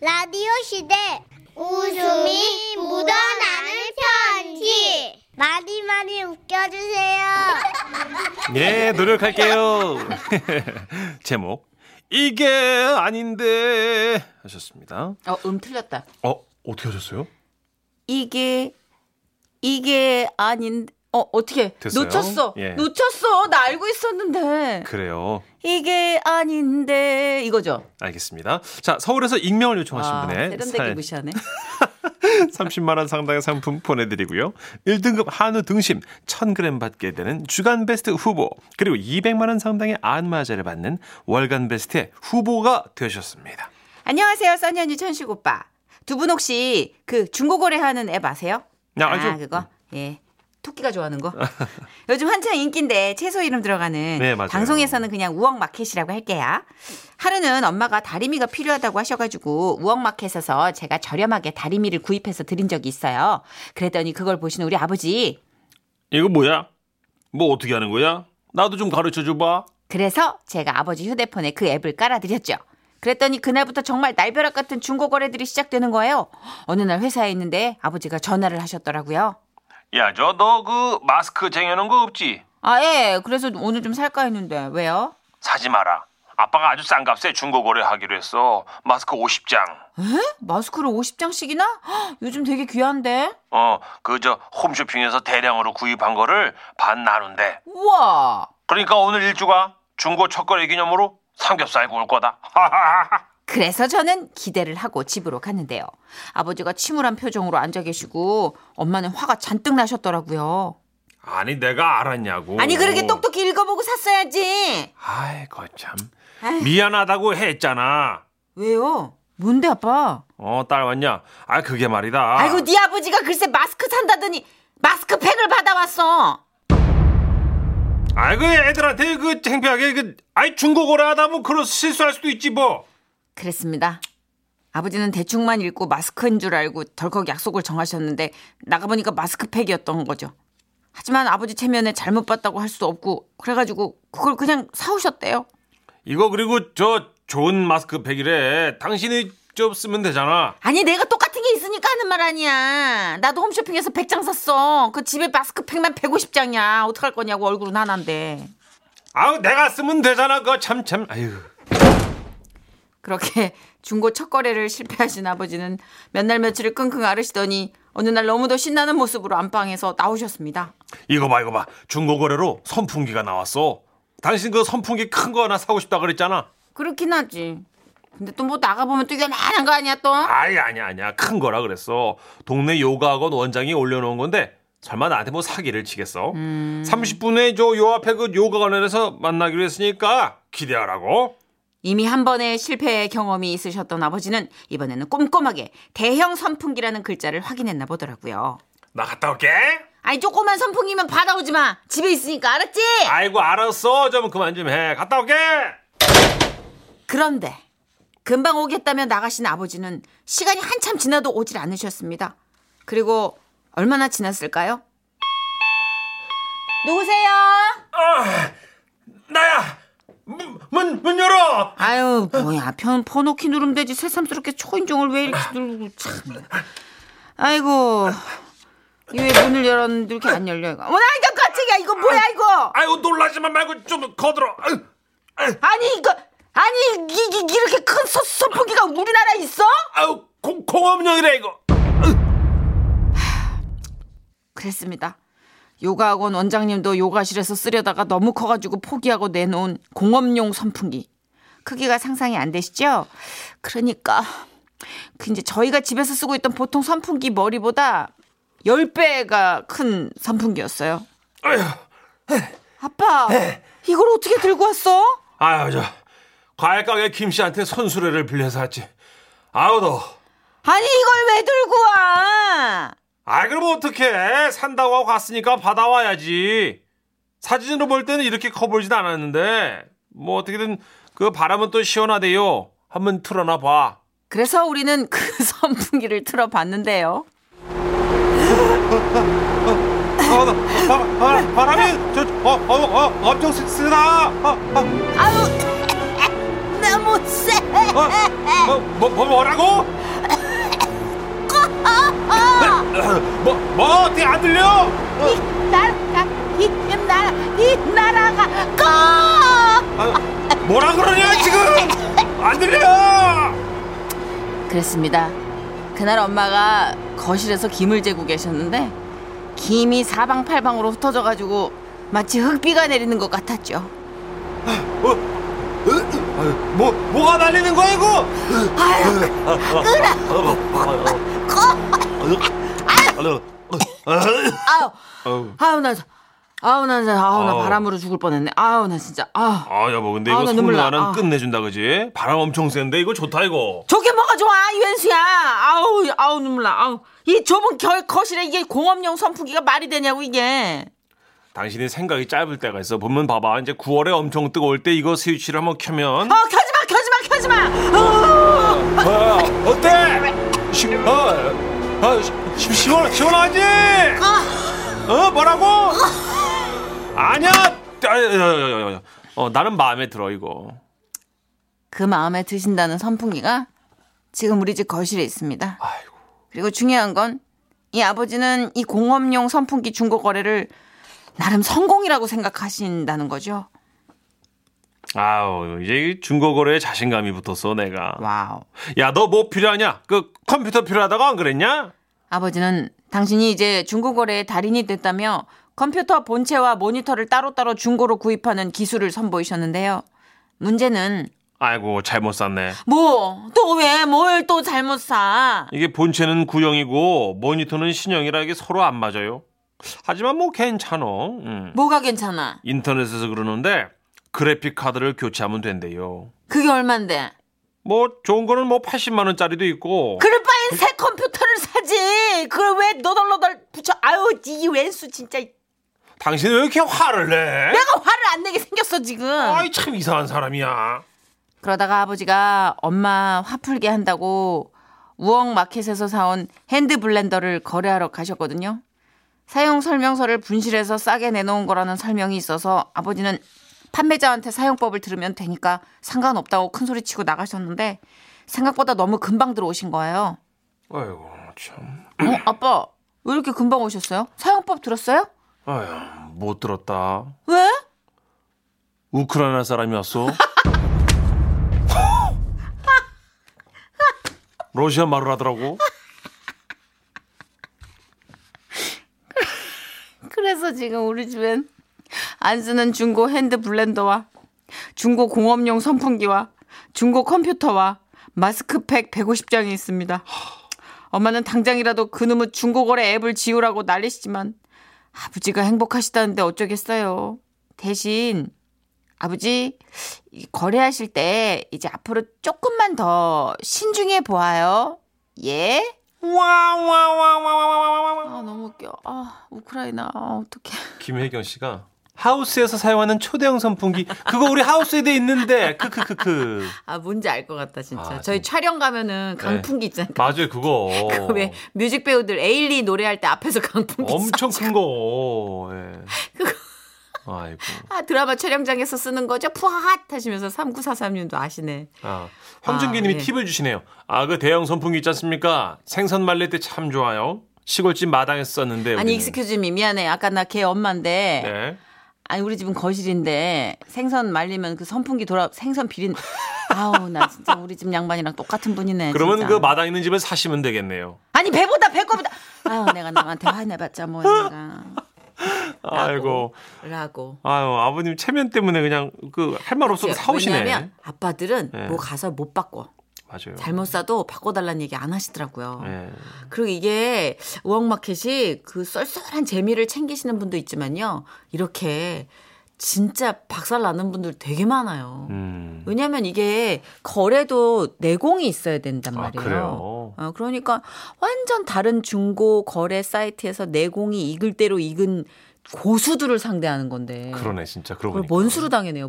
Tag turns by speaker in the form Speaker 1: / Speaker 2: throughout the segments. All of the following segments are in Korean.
Speaker 1: 라디오 시대 웃음이 묻어나는 편지 많이 많이 웃겨주세요.
Speaker 2: 예, 노력할게요. 제목 이게 아닌데 하셨습니다.
Speaker 3: 어, 음 틀렸다.
Speaker 2: 어 어떻게 하셨어요?
Speaker 3: 이게 이게 아닌 어 어떻게
Speaker 2: 됐어요?
Speaker 3: 놓쳤어
Speaker 2: 예.
Speaker 3: 놓쳤어 나 알고 있었는데
Speaker 2: 그래요.
Speaker 3: 이게 아닌데 이거죠.
Speaker 2: 알겠습니다. 자 서울에서 익명을 요청하신
Speaker 3: 아,
Speaker 2: 분의
Speaker 3: 세련되게
Speaker 2: 살
Speaker 3: 무시하네.
Speaker 2: 30만 원 상당의 상품 보내드리고요. 1등급 한우 등심 1,000g 받게 되는 주간 베스트 후보 그리고 200만 원 상당의 안마자를 받는 월간 베스트의 후보가 되셨습니다.
Speaker 3: 안녕하세요 써니언니 천식 오빠. 두 분 혹시 그 중고거래하는 앱 아세요?
Speaker 2: 야, 네, 알죠.
Speaker 3: 아 그거 예. 토끼가 좋아하는 거. 요즘 한창 인기인데 채소 이름 들어가는
Speaker 2: 네, 맞아요.
Speaker 3: 방송에서는 그냥 우억 마켓이라고 할게요. 하루는 엄마가 다리미가 필요하다고 하셔가지고 우억 마켓에서 제가 저렴하게 다리미를 구입해서 드린 적이 있어요. 그랬더니 그걸 보신 우리 아버지
Speaker 2: 이거 뭐야? 뭐 어떻게 하는 거야? 나도 좀 가르쳐 줘봐.
Speaker 3: 그래서 제가 아버지 휴대폰에 그 앱을 깔아드렸죠. 그랬더니 그날부터 정말 날벼락 같은 중고 거래들이 시작되는 거예요. 어느 날 회사에 있는데 아버지가 전화를 하셨더라고요.
Speaker 2: 야, 저 너 그 마스크 쟁여놓은 거 없지?
Speaker 3: 아 예. 그래서 오늘 좀 살까 했는데 왜요?
Speaker 2: 사지 마라. 아빠가 아주 싼 값에 중고 거래하기로 했어. 마스크 50장.
Speaker 3: 마스크를 50장씩이나? 요즘 되게 귀한데.
Speaker 2: 어, 그저 홈쇼핑에서 대량으로 구입한 거를 반 나눈대.
Speaker 3: 우와.
Speaker 2: 그러니까 오늘 일주가 중고 첫 거래 기념으로 삼겹살 구울 거다.
Speaker 3: 그래서 저는 기대를 하고 집으로 갔는데요. 아버지가 침울한 표정으로 앉아 계시고 엄마는 화가 잔뜩 나셨더라고요.
Speaker 2: 아니 내가 알았냐고.
Speaker 3: 아니 그렇게 똑똑히 읽어보고 샀어야지.
Speaker 2: 아이 거참.
Speaker 3: 아이.
Speaker 2: 미안하다고 했잖아.
Speaker 3: 왜요? 뭔데 아빠?
Speaker 2: 어, 딸 왔냐? 아 그게 말이다.
Speaker 3: 아이고 네 아버지가 글쎄 마스크 산다더니 마스크팩을 받아왔어.
Speaker 2: 아이고 애들한테 그 창피하게 그 아이 중고거래 하다 뭐 그런 실수할 수도 있지 뭐.
Speaker 3: 그랬습니다. 아버지는 대충만 읽고 마스크인 줄 알고 덜컥 약속을 정하셨는데 나가보니까 마스크팩이었던 거죠. 하지만 아버지 체면에 잘못 봤다고 할 수도 없고 그래가지고 그걸 그냥 사오셨대요.
Speaker 2: 이거 그리고 저 좋은 마스크팩이래. 당신이 좀 쓰면 되잖아.
Speaker 3: 아니 내가 똑같은 게 있으니까 하는 말 아니야. 나도 홈쇼핑에서 100장 샀어. 그 집에 마스크팩만 150장이야. 어떡할 거냐고 얼굴은 하나인데.
Speaker 2: 아우 내가 쓰면 되잖아. 그거 참참. 아유.
Speaker 3: 그렇게 중고 첫 거래를 실패하신 아버지는 몇 날 며칠을 끙끙 앓으시더니 어느 날 너무도 신나는 모습으로 안방에서 나오셨습니다.
Speaker 2: 이거 봐 이거 봐. 중고거래로 선풍기가 나왔어. 당신 그 선풍기 큰 거 하나 사고 싶다 그랬잖아.
Speaker 3: 그렇긴 하지. 근데 또 뭐 나가보면 또 이게 많은 거 아니야 또?
Speaker 2: 아이 아니야 아니야 큰 거라 그랬어. 동네 요가학원 원장이 올려놓은 건데 설마 나한테 뭐 사기를 치겠어? 30분 후에 저 요 앞에 그 요가관에서 만나기로 했으니까 기대하라고.
Speaker 3: 이미 한 번의 실패 경험이 있으셨던 아버지는 이번에는 꼼꼼하게 대형 선풍기라는 글자를 확인했나 보더라고요.
Speaker 2: 나 갔다 올게.
Speaker 3: 아니 조그만 선풍기면 받아오지 마. 집에 있으니까 알았지?
Speaker 2: 아이고 알았어. 좀 그만 좀 해. 갔다 올게.
Speaker 3: 그런데 금방 오겠다며 나가신 아버지는 시간이 한참 지나도 오질 않으셨습니다. 그리고 얼마나 지났을까요? 누구세요?
Speaker 2: 나야. 문문 문 열어.
Speaker 3: 아유 뭐야 편 퍼놓기 누르면 되지 새삼스럽게 초인종을 왜 이렇게 누르고 참 아이고 이왜 문을 열었는데 이렇게 안 열려 이거 어나 이거 깜짝이야 이거 뭐야 이거
Speaker 2: 아이고 놀라지만 말고 좀 거들어. 아유, 아유,
Speaker 3: 아니 이거 아니 이, 이, 이렇게 큰 소, 소풍기가 우리나라에 있어?
Speaker 2: 아유 공 공업용이래 이거.
Speaker 3: 그랬습니다 요가학원 원장님도 요가실에서 쓰려다가 너무 커가지고 포기하고 내놓은 공업용 선풍기 크기가 상상이 안 되시죠? 그러니까 그 이제 저희가 집에서 쓰고 있던 보통 선풍기 머리보다 10배가 큰 선풍기였어요.
Speaker 2: 아유,
Speaker 3: 아빠, 이걸 어떻게 들고 왔어?
Speaker 2: 아유 저 과일 가게 김 씨한테 손수레를 빌려서 왔지. 아우 너.
Speaker 3: 아니, 이걸 왜 들고 와?
Speaker 2: 아 그럼 어떡해 산다고 하고 갔으니까 받아와야지 사진으로 볼 때는 이렇게 커 보이진 않았는데 뭐 어떻게든 그 바람은 또 시원하대요 한번 틀어놔 봐
Speaker 3: 그래서 우리는 그 선풍기를 틀어봤는데요.
Speaker 2: 아, 나, 바, 바, 바람이 저, 어, 어, 어, 엄청 세- 세다 아, 아.
Speaker 3: 아우, 너무 세!
Speaker 2: 뭐, 뭐, 뭐, 뭐라고? 뭐, 뭐, 어떻게 안 들려?
Speaker 3: 나라가 이 나라 이 나라가 꺼.
Speaker 2: 아, 뭐라 그러냐, 지금? 안 들려!
Speaker 3: 그랬습니다. 그날 엄마가 거실에서 김을 재고 계셨는데 김이 사방팔방으로 흩어져 가지고 마치 흙비가 내리는 것 같았죠.
Speaker 2: 어, 으, 아유, 뭐, 뭐가 날리는 거야, 이거?
Speaker 3: 아유, 아유, 아유 나, 아유 나, 진짜, 아유 나
Speaker 2: 아우.
Speaker 3: 바람으로 죽을 뻔했네. 아유 나 진짜, 아.
Speaker 2: 아, 여보, 근데
Speaker 3: 아,
Speaker 2: 이거
Speaker 3: 나
Speaker 2: 소문
Speaker 3: 눈물 나.
Speaker 2: 나는
Speaker 3: 아.
Speaker 2: 끝내준다, 그지? 바람 엄청 센데, 이거 좋다, 이거.
Speaker 3: 저게 뭐가 좋아, 이wen수야. 아우, 아우 눈물 나. 아우, 이 좁은 결 거실에 이게 공업용 선풍기가 말이 되냐고 이게.
Speaker 2: 당신이 생각이 짧을 때가 있어. 보면 봐봐. 이제 9월에 엄청 뜨거울 때 이거 스위치를 한번 켜면.
Speaker 3: 어, 켜지 마, 켜지 마, 켜지 마. 어.
Speaker 2: 어, 어때? 시, 어, 어, 시, 시원, 시원하지? 어, 뭐라고? 아니야! 아, 야, 야, 야, 야, 야. 어, 나는 마음에 들어, 이거.
Speaker 3: 그 마음에 드신다는 선풍기가 지금 우리 집 거실에 있습니다.
Speaker 2: 아이고.
Speaker 3: 그리고 중요한 건 이 아버지는 이 공업용 선풍기 중고 거래를 나름 성공이라고 생각하신다는 거죠.
Speaker 2: 아우, 이제 중고거래에 자신감이 붙었어, 내가.
Speaker 3: 와우.
Speaker 2: 야, 너 뭐 필요하냐? 그 컴퓨터 필요하다고 안 그랬냐?
Speaker 3: 아버지는 당신이 이제 중고 거래의 달인이 됐다며 컴퓨터 본체와 모니터를 따로따로 중고로 구입하는 기술을 선보이셨는데요. 문제는
Speaker 2: 아이고, 잘못 샀네.
Speaker 3: 뭐 또 왜 뭘 또 잘못 사?
Speaker 2: 이게 본체는 구형이고 모니터는 신형이라 이게 서로 안 맞아요. 하지만 뭐 괜찮어. 음.
Speaker 3: 뭐가 괜찮아?
Speaker 2: 인터넷에서 그러는데 그래픽 카드를 교체하면 된대요.
Speaker 3: 그게 얼만데?
Speaker 2: 뭐 좋은 거는 뭐 80만 원짜리도 있고.
Speaker 3: 그럴 바엔 새 컴퓨터를 사지. 그걸 왜 너덜너덜 붙여? 아유 이 왼수 진짜
Speaker 2: 당신 왜 이렇게 화를 내?
Speaker 3: 내가 화를 안 내게 생겼어 지금.
Speaker 2: 아이 참 이상한 사람이야.
Speaker 3: 그러다가 아버지가 엄마 화풀게 한다고 우엉 마켓에서 사온 핸드 블렌더를 거래하러 가셨거든요. 사용 설명서를 분실해서 싸게 내놓은 거라는 설명이 있어서 아버지는 판매자한테 사용법을 들으면 되니까 상관없다고 큰 소리 치고 나가셨는데 생각보다 너무 금방 들어오신 거예요.
Speaker 2: 아이고 참.
Speaker 3: 어, 아빠 왜 이렇게 금방 오셨어요? 사용법 들었어요?
Speaker 2: 아휴 못 들었다.
Speaker 3: 왜?
Speaker 2: 우크라이나 사람이 왔어. 러시아 말을 하더라고.
Speaker 3: 그래서 지금 우리 집엔 안 쓰는 중고 핸드 블렌더와 중고 공업용 선풍기와 중고 컴퓨터와 마스크팩 150장이 있습니다. 엄마는 당장이라도 그놈의 중고거래 앱을 지우라고 난리시지만 아버지가 행복하시다는데 어쩌겠어요. 대신 아버지 이 거래하실 때 이제 앞으로 조금만 더 신중해 보아요. 예?
Speaker 2: 와와와와와와와.
Speaker 3: 아 너무 웃겨. 아 우크라이나 아, 어떡해.
Speaker 2: 김혜경 씨가 하우스에서 사용하는 초대형 선풍기 그거 우리 하우스에도 있는데 크크크크
Speaker 3: 아 뭔지 알 것 같다 진짜.
Speaker 2: 아, 네.
Speaker 3: 저희 촬영 가면은 강풍기 있잖아요.
Speaker 2: 맞아요 그거
Speaker 3: 그왜 뮤직 배우들 에일리 노래할 때 앞에서 강풍기
Speaker 2: 엄청
Speaker 3: 쏴-
Speaker 2: 큰거 예.
Speaker 3: 그거.
Speaker 2: 아이고
Speaker 3: 아 드라마 촬영장에서 쓰는 거죠. 푸핫 하시면서 3943님도 아시네.
Speaker 2: 아,
Speaker 3: 아,
Speaker 2: 황준기님이
Speaker 3: 예.
Speaker 2: 팁을 주시네요 아 그 대형 선풍기 있지 않습니까 생선 말릴 때 참 좋아요 시골집 마당에서 썼는데
Speaker 3: 아니
Speaker 2: 네, 우리는.
Speaker 3: 익스큐즈미 미안해. 아까 나 걔 엄마인데
Speaker 2: 네.
Speaker 3: 아니 우리 집은 거실인데 생선 말리면 그 선풍기 돌아 생선 비린 아우 나 진짜 우리 집 양반이랑 똑같은 분이네.
Speaker 2: 그러면 그
Speaker 3: 진짜.
Speaker 2: 마당 있는 집에 사시면 되겠네요
Speaker 3: 아니 배보다 배꼽보다 아유 내가 남한테 화내봤자 뭐 내가
Speaker 2: 아이고
Speaker 3: 라고.
Speaker 2: 아유 아버님 체면 때문에 그냥 그 할 말 없어서 사오시네
Speaker 3: 왜냐면 아빠들은
Speaker 2: 예.
Speaker 3: 뭐 가서 못 바꿔.
Speaker 2: 맞아요
Speaker 3: 잘못 사도 바꿔달라는 얘기 안 하시더라고요.
Speaker 2: 예.
Speaker 3: 그리고 이게 우엉마켓이 그 쏠쏠한 재미를 챙기시는 분도 있지만요. 이렇게 진짜 박살 나는 분들 되게 많아요.
Speaker 2: 음.
Speaker 3: 왜냐면 이게 거래도 내공이 있어야 된단
Speaker 2: 아,
Speaker 3: 말이에요.
Speaker 2: 그래요?
Speaker 3: 어, 그러니까 완전 다른 중고 거래 사이트에서 내공이 익을 대로 익은 고수들을 상대하는 건데.
Speaker 2: 그러네 진짜 그러고
Speaker 3: 그걸
Speaker 2: 보니까.
Speaker 3: 원수로 당해네요.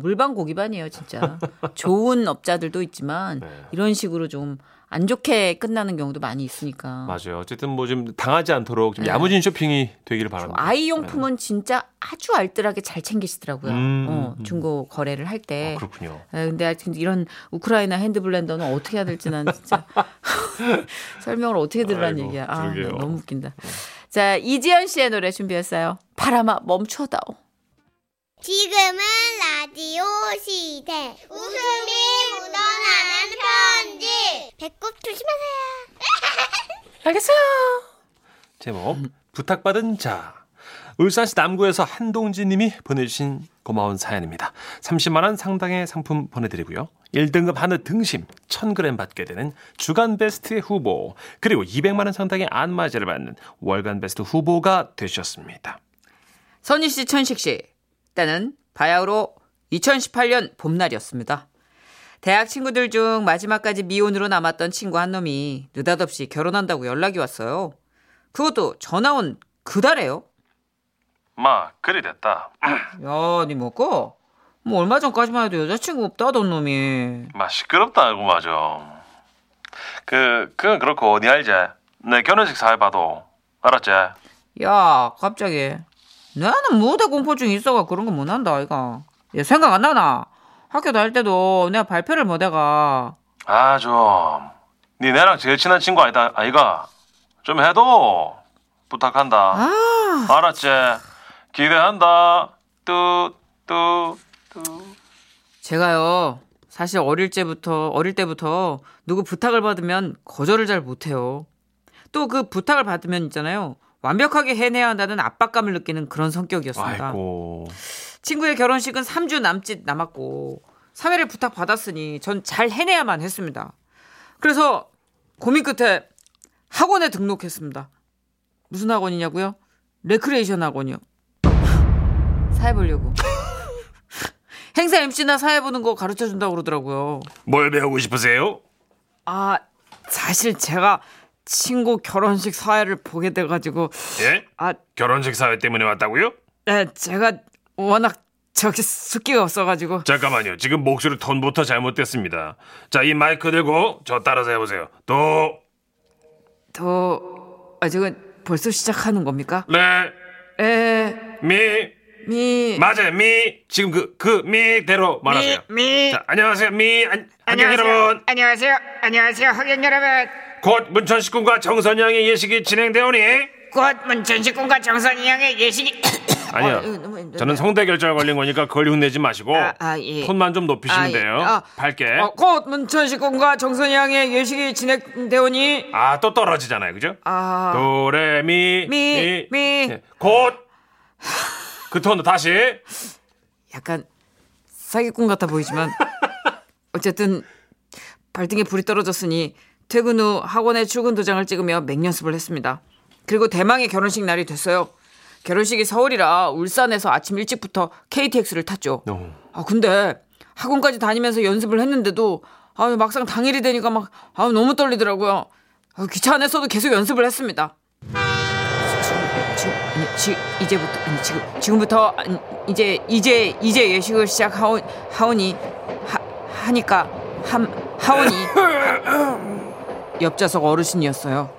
Speaker 3: 물방고기반이에요, 진짜. 좋은 업자들도 있지만
Speaker 2: 네.
Speaker 3: 이런 식으로 좀 안 좋게 끝나는 경우도 많이 있으니까.
Speaker 2: 맞아요. 어쨌든 뭐 좀 당하지 않도록 좀 야무진 쇼핑이 되기를 바랍니다.
Speaker 3: 네. 아이 용품은 진짜 아주 알뜰하게 잘 챙기시더라고요.
Speaker 2: 네. 음,
Speaker 3: 어,
Speaker 2: 음.
Speaker 3: 중고 거래를 할
Speaker 2: 네.
Speaker 3: 때.
Speaker 2: 아, 그렇군요.
Speaker 3: 예, 근데 하여튼 이런 우크라이나 핸드블렌더는 어떻게 해야 될지 난 진짜 설명을 어떻게 들으란
Speaker 2: 아이고,
Speaker 3: 얘기야. 아,
Speaker 2: 그러게요. 어.
Speaker 3: 너무 웃긴다. 자, 이지연 씨의 노래 준비했어요. 바람아 멈춰다오.
Speaker 1: 지금은 라디오 시대. 웃음이 묻어나는 편지. 배꼽 조심하세요.
Speaker 3: 알겠어요.
Speaker 2: 제목 부탁받은 자. 울산시 남구에서 한동진 님이 보내주신 고마운 사연입니다. 30만 원 상당의 상품 보내드리고요. 1등급 한우 등심 1000g 받게 되는 주간베스트 후보 그리고 200만 원 상당의 안마제를 받는 월간베스트 후보가 되셨습니다.
Speaker 3: 선희 씨, 천식 씨. 때는 바야흐로 2018년 봄날이었습니다. 대학 친구들 중 마지막까지 미혼으로 남았던 친구 한 놈이 느닷없이 결혼한다고 연락이 왔어요. 그것도 전화 온 그달에요.
Speaker 2: 마 그리 됐다.
Speaker 3: 야, 니 뭐고? 뭐 얼마 전까지만 해도 여자친구 없다던 놈이.
Speaker 2: 마 시끄럽다 이거 맞아. 그 그건 그렇고 니 알지? 내 결혼식 사회봐도 알았지?
Speaker 3: 야, 갑자기. 나는 무대 공포증 있어가 그런 거 못 한다, 아이가. 야, 생각 안 나나? 학교 다닐 때도 내가 발표를 못 해가.
Speaker 2: 아 좀. 니 내랑 제일 친한 친구 아니다 아이가 좀 해도 부탁한다.
Speaker 3: 아,
Speaker 2: 알았지? 기대한다. 뚜뚜 뚜.
Speaker 3: 제가요. 사실 어릴 때부터 어릴 때부터 누구 부탁을 받으면 거절을 잘 못해요. 또 그 부탁을 받으면 있잖아요. 완벽하게 해내야 한다는 압박감을 느끼는 그런 성격이었습니다.
Speaker 2: 아이고.
Speaker 3: 친구의 결혼식은 3주 남짓 남았고 3회를 부탁받았으니 전 잘 해내야만 했습니다. 그래서 고민 끝에 학원에 등록했습니다. 무슨 학원이냐고요? 레크레이션 학원이요. 사회 보려고. 행사 MC나 사회 보는 거 가르쳐 준다고 그러더라고요.
Speaker 2: 뭘 배우고 싶으세요?
Speaker 3: 아, 사실 제가 친구 결혼식 사회를 보게 돼 가지고
Speaker 2: 예?
Speaker 3: 아,
Speaker 2: 결혼식 사회 때문에 왔다고요?
Speaker 3: 네, 제가 워낙 저기 숫기가 없어 가지고
Speaker 2: 잠깐만요. 지금 목소리 톤부터 잘못됐습니다. 자, 이 마이크 들고 저 따라서 해보세요. 도,
Speaker 3: 더 아, 저건 벌써 시작하는 겁니까?
Speaker 2: 레,
Speaker 3: 에,
Speaker 2: 미.
Speaker 3: 미,
Speaker 2: 맞아요. 미. 지금 그, 그 미대로 말하세요.
Speaker 3: 미.
Speaker 2: 자, 안녕하세요. 미. 안, 안녕 여러분.
Speaker 3: 안녕하세요. 안녕하세요. 허경 여러분.
Speaker 2: 곧 문천식 군과 정선영의 예식이 진행되오니.
Speaker 3: 곧 문천식 군과 정선이 형의 예식이.
Speaker 2: 아니요.
Speaker 3: 어, 이거 너무 힘들다.
Speaker 2: 저는 성대 결절 걸린 거니까 그걸 흉내지 마시고
Speaker 3: 아, 아, 예.
Speaker 2: 톤만 좀
Speaker 3: 아,
Speaker 2: 높이시면
Speaker 3: 예.
Speaker 2: 돼요.
Speaker 3: 아.
Speaker 2: 밝게.
Speaker 3: 어, 곧 문천식 군과 정선이 형의 예식이 진행되오니.
Speaker 2: 아, 또 떨어지잖아요. 그죠?
Speaker 3: 아,
Speaker 2: 도레 미.
Speaker 3: 미, 미.
Speaker 2: 예. 곧. 그 톤도 다시.
Speaker 3: 약간 사기꾼 같아 보이지만 어쨌든 발등에 불이 떨어졌으니 퇴근 후 학원에 출근 도장을 찍으며 맹연습을 했습니다. 그리고 대망의 결혼식 날이 됐어요. 결혼식이 서울이라 울산에서 아침 일찍부터 KTX를 탔죠.
Speaker 2: 어.
Speaker 3: 아 근데 학원까지 다니면서 연습을 했는데도 아 막상 당일이 되니까 막 아 너무 떨리더라고요. 아, 귀차 안에서도 계속 연습을 했습니다. 지금, 지금, 아니, 지, 이제부터 아니, 지금 지금부터 아니, 이제 이제 이제 예식을 시작하오 하오니 하, 하니까 함 하오니 옆좌석 어르신이었어요.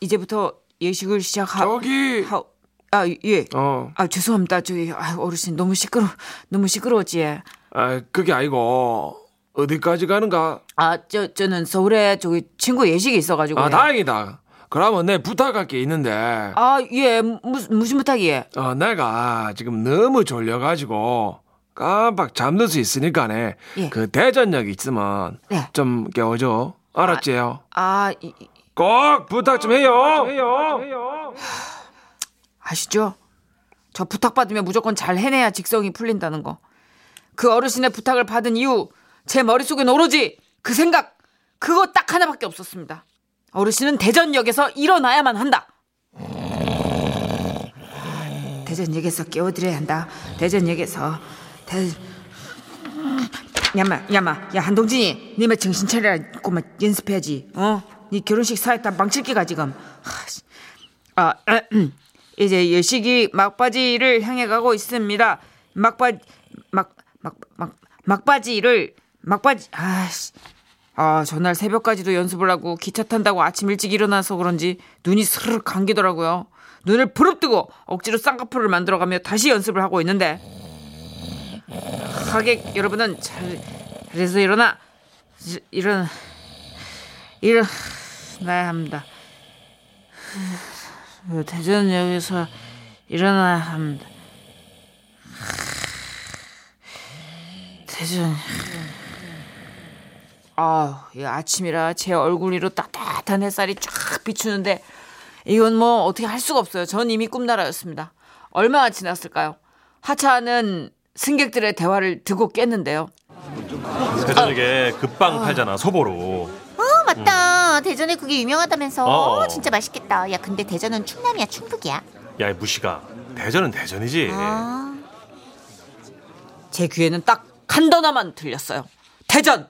Speaker 3: 이제부터 예식을 시작하
Speaker 2: 저기.
Speaker 3: 하오 아 예.
Speaker 4: 어,
Speaker 3: 아 죄송합니다. 저기 아, 어르신 너무 시끄러 너무 시끄러웠지.
Speaker 4: 아, 그게 아니고 어디까지 가는가?
Speaker 3: 아 저 저는 서울에 저기 친구 예식이 있어가지고.
Speaker 4: 아, 다행이다. 그러면 내 부탁할 게 있는데,
Speaker 3: 아예 무슨 무슨 부탁이에?
Speaker 4: 어, 내가 지금 너무 졸려가지고 깜빡 잠들 수 있으니까네.
Speaker 3: 예.
Speaker 4: 그 대전역 있으면
Speaker 3: 네.
Speaker 4: 좀 깨워줘. 알았지요?
Speaker 3: 아 이, 이-
Speaker 4: 꼭 부탁 좀 해요.
Speaker 3: 아시죠? 저 부탁받으면 무조건 잘 해내야 직성이 풀린다는 거. 그 어르신의 부탁을 받은 이후 제 머릿속엔 오로지 그 생각 그거 딱 하나밖에 없었습니다. 어르신은 대전역에서 일어나야만 한다. 대전역에서 깨워드려야 한다. 대전역에서 대 야마 야마 야 한동진이 니네 정신 차려라 꼬마 연습해야지 어? 니 결혼식 사했다 망칠 게가 지금 하, 씨. 아, 이제 예식이 막바지를 향해 가고 있습니다. 막바지 막 막 막 막바지를 막바지 아씨 아 전날 새벽까지도 연습을 하고 기차 탄다고 아침 일찍 일어나서 그런지 눈이 스르륵 감기더라고요. 눈을 부릅뜨고 억지로 쌍꺼풀을 만들어가며 다시 연습을 하고 있는데 하객 여러분은 잘 그래서 일어나 지- 일어나 일어나야 합니다. 그 대전역에서 일어나야 합니다. 대전. 아, 이 아침이라 제 얼굴 위로 따뜻한 햇살이 쫙 비추는데 이건 뭐 어떻게 할 수가 없어요. 전 이미 꿈나라였습니다. 얼마나 지났을까요? 하차하는 승객들의 대화를 듣고 깼는데요.
Speaker 2: 대전역에 급빵 팔잖아 소보로.
Speaker 5: 어, 맞다. 대전에 그게 유명하다면서.
Speaker 2: 어.
Speaker 5: 어, 진짜 맛있겠다. 야, 근데 대전은 충남이야, 충북이야.
Speaker 2: 야이 무시가. 대전은 대전이지.
Speaker 5: 아.
Speaker 3: 제 귀에는 딱 한단어만 들렸어요. 대전.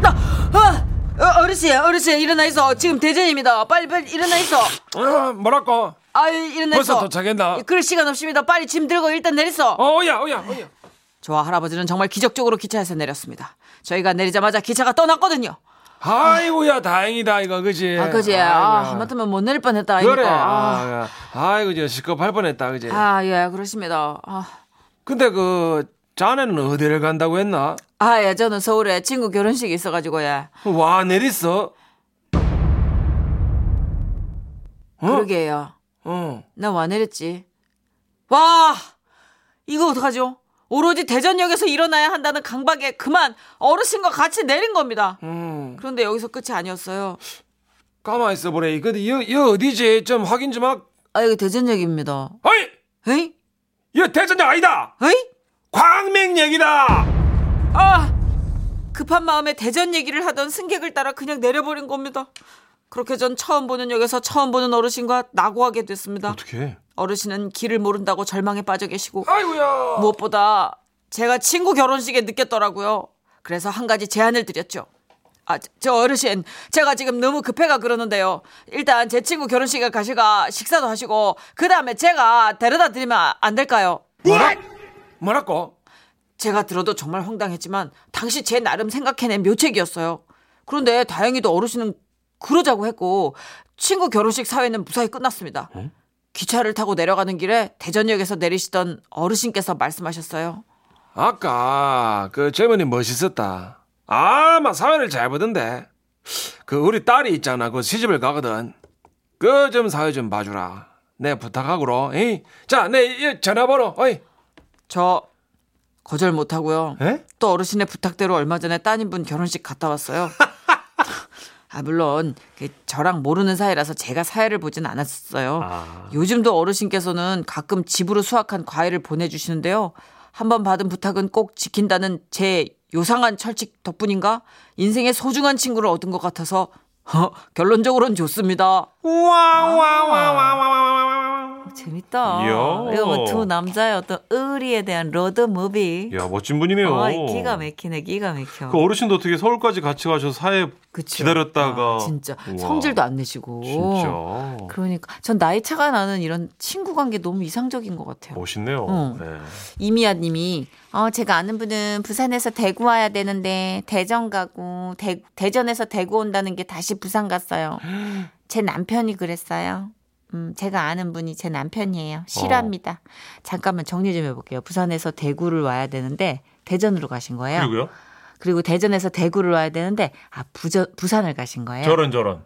Speaker 3: 나 아! 어, 어르신, 어르신 일어나 있어. 지금 대전입니다. 빨리 빨리 일어나 있어.
Speaker 4: 어, 뭐라고?
Speaker 3: 아유 일어나 있어.
Speaker 4: 벌써 도착했나?
Speaker 3: 그럴 시간 없습니다. 빨리 짐 들고 일단 내리소.
Speaker 4: 어야, 어야, 어야.
Speaker 3: 저와 할아버지는 정말 기적적으로 기차에서 내렸습니다. 저희가 내리자마자 기차가 떠났거든요.
Speaker 4: 아이고야, 다행이다 이거 그지?
Speaker 3: 아 그지. 아
Speaker 4: 예. 아이고야.
Speaker 3: 하마터면 못 내릴 뻔했다.
Speaker 4: 그래. 아,
Speaker 3: 아,
Speaker 4: 아이고 저 시급할 뻔했다 그지?
Speaker 3: 아, 예 그렇습니다. 아.
Speaker 4: 근데 그 자네는 어디를 간다고 했나?
Speaker 3: 아, 예, 저는 서울에 친구 결혼식이 있어가지고, 예.
Speaker 4: 와 내렸어. 어?
Speaker 3: 그러게요.
Speaker 4: 어.
Speaker 3: 나 와 내렸지. 와! 이거 어떡하죠? 오로지 대전역에서 일어나야 한다는 강박에 그만 어르신과 같이 내린 겁니다.
Speaker 4: 음.
Speaker 3: 그런데 여기서 끝이 아니었어요.
Speaker 4: 가만 있어 보래. 이거 여, 여 어디지? 좀 확인 좀 하.
Speaker 3: 아, 이거 대전역입니다.
Speaker 4: 어이,
Speaker 3: 에이?
Speaker 4: 여 대전역 아니다.
Speaker 3: 에이?
Speaker 4: 광명역이다.
Speaker 3: 아! 급한 마음에 대전 얘기를 하던 승객을 따라 그냥 내려버린 겁니다. 그렇게 전 처음 보는 역에서 처음 보는 어르신과 낙오하게 됐습니다.
Speaker 2: 어떻게?
Speaker 3: 어르신은 길을 모른다고 절망에 빠져 계시고
Speaker 4: 아이고야.
Speaker 3: 무엇보다 제가 친구 결혼식에 늦겠더라고요. 그래서 한 가지 제안을 드렸죠. 아, 저- 저 어르신, 제가 지금 너무 급해가 그러는데요. 일단 제 친구 결혼식에 가시가 식사도 하시고, 그 다음에 제가 데려다 드리면 아, 안 될까요?
Speaker 4: 뭐라? 뭐라고?
Speaker 3: 제가 들어도 정말 황당했지만, 당시 제 나름 생각해낸 묘책이었어요. 그런데 다행히도 어르신은 그러자고 했고, 친구 결혼식 사회는 무사히 끝났습니다. 기차를 타고 내려가는 길에 대전역에서 내리시던 어르신께서 말씀하셨어요.
Speaker 4: 아까 그 젊은이 멋있었다. 아마 사회를 잘 보던데. 그 우리 딸이 있잖아. 그 시집을 가거든. 그 좀 사회 좀 봐주라. 내 부탁하고로. 에이. 자, 내 이 전화번호. 어이.
Speaker 3: 저 거절 못 하고요.
Speaker 2: 에?
Speaker 3: 또 어르신의 부탁대로 얼마 전에 따님분 결혼식 갔다 왔어요. 아 물론 그 저랑 모르는 사이라서 제가 사회를 보진 않았어요.
Speaker 2: 아.
Speaker 3: 요즘도 어르신께서는 가끔 집으로 수확한 과일을 보내주시는데요. 한번 받은 부탁은 꼭 지킨다는 제 요상한 철칙 덕분인가 인생의 소중한 친구를 얻은 것 같아서 결론적으로는 좋습니다.
Speaker 5: 아.
Speaker 4: 와와와와와와와와.
Speaker 5: 재밌다.
Speaker 2: 이야.
Speaker 5: 이거 뭐두 남자의 어떤 의리에 대한 로드무비.
Speaker 2: 야 멋진 분이네요.
Speaker 5: 아, 어이, 기가 막히네, 기가 막혀.
Speaker 2: 그 어르신도 어떻게 서울까지 같이 가셔서 사회
Speaker 5: 그쵸?
Speaker 2: 기다렸다가
Speaker 5: 아, 진짜
Speaker 2: 우와.
Speaker 5: 성질도 안 내시고.
Speaker 2: 진짜
Speaker 5: 그러니까 전 나이 차가 나는 이런 친구 관계 너무 이상적인 것
Speaker 2: 어.
Speaker 5: 같아요.
Speaker 2: 멋있네요.
Speaker 5: 응.
Speaker 2: 네.
Speaker 5: 이미아님이 어 제가 아는 분은 부산에서 대구 와야 되는데 대전 가고 대, 대전에서 대구 온다는 게 다시 부산 갔어요. 제 남편이 그랬어요. 음, 제가 아는 분이 제 남편이에요. 실화입니다.
Speaker 2: 어.
Speaker 5: 잠깐만 정리 좀 해볼게요. 부산에서 대구를 와야 되는데 대전으로 가신 거예요. 그리고,
Speaker 2: 그리고요?
Speaker 5: 대전에서 대구를 와야 되는데 아 부저, 부산을 가신 거예요.
Speaker 2: 저런 저런.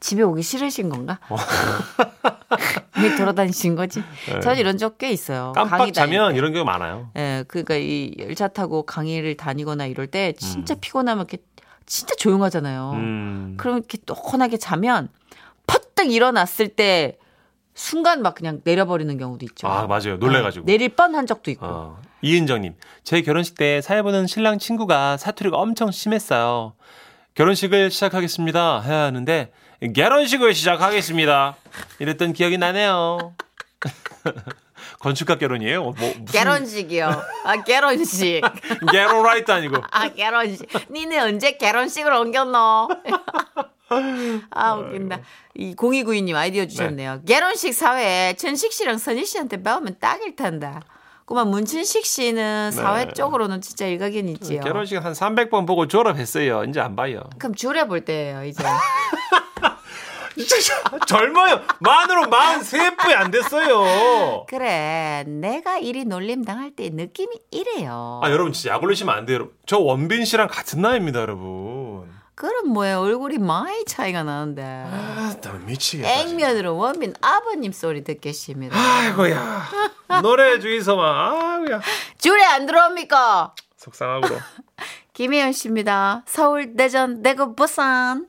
Speaker 5: 집에 오기 싫으신 건가?
Speaker 2: 어.
Speaker 5: 왜 돌아다니신 거지? 저는 이런 적 꽤 있어요.
Speaker 2: 네. 깜빡
Speaker 5: 강의 다닐
Speaker 2: 자면 이런 경우 많아요.
Speaker 5: 예, 그러니까 이 열차 타고 강의를 다니거나 이럴 때 진짜 피곤하면 이렇게 진짜 조용하잖아요.
Speaker 2: 음.
Speaker 5: 그럼 이렇게 떡하게 자면 퍼뜩 일어났을 때 순간 막 그냥 내려버리는 경우도 있죠.
Speaker 2: 아 맞아요. 놀래가지고.
Speaker 5: 예, 내릴 뻔한 적도 있고.
Speaker 2: 어. 이은정님, 제 결혼식 때 사회 보는 신랑 친구가 사투리가 엄청 심했어요. 결혼식을 시작하겠습니다 해야 하는데 결혼식을 시작하겠습니다. 이랬던 기억이 나네요. 건축가 결혼이에요? 뭐 무슨
Speaker 5: 결혼식이요. 아 결혼식.
Speaker 2: 결혼 라이트 아니고
Speaker 5: 아 결혼식. 니네 언제 결혼식을 옮겼노?
Speaker 3: 아, 웃긴다. 이 0292님 아이디어 주셨네요. 결혼식 사회에 춘식 씨랑 선희 씨한테 배우면 딱일 텐데. 그만 문춘식 씨는 사회 쪽으로는 진짜 일가견이 있지요.
Speaker 2: 네. 결혼식 한 300번 보고 졸업했어요. 이제 안 봐요.
Speaker 3: 그럼 줄여볼 때예요 이제.
Speaker 2: 젊어요. 만으로 43배 안 됐어요.
Speaker 3: 그래, 내가 이리 놀림 당할 때 느낌이 이래요.
Speaker 2: 아, 여러분 진짜 약올리시면 안 돼요. 여러분. 저 원빈 씨랑 같은 나이입니다, 여러분.
Speaker 3: 그럼 뭐예요? 얼굴이 많이 차이가 나는데.
Speaker 2: 아, 나 미치겠다.
Speaker 3: 액면으로 원빈 아버님 소리 듣겠습니다.
Speaker 2: 아이고야. 노래 주의서만. 아이고야.
Speaker 3: 줄에 안 들어옵니까?
Speaker 2: 속상하고.
Speaker 3: 김혜연 씨입니다. 서울, 대전, 대구, 부산.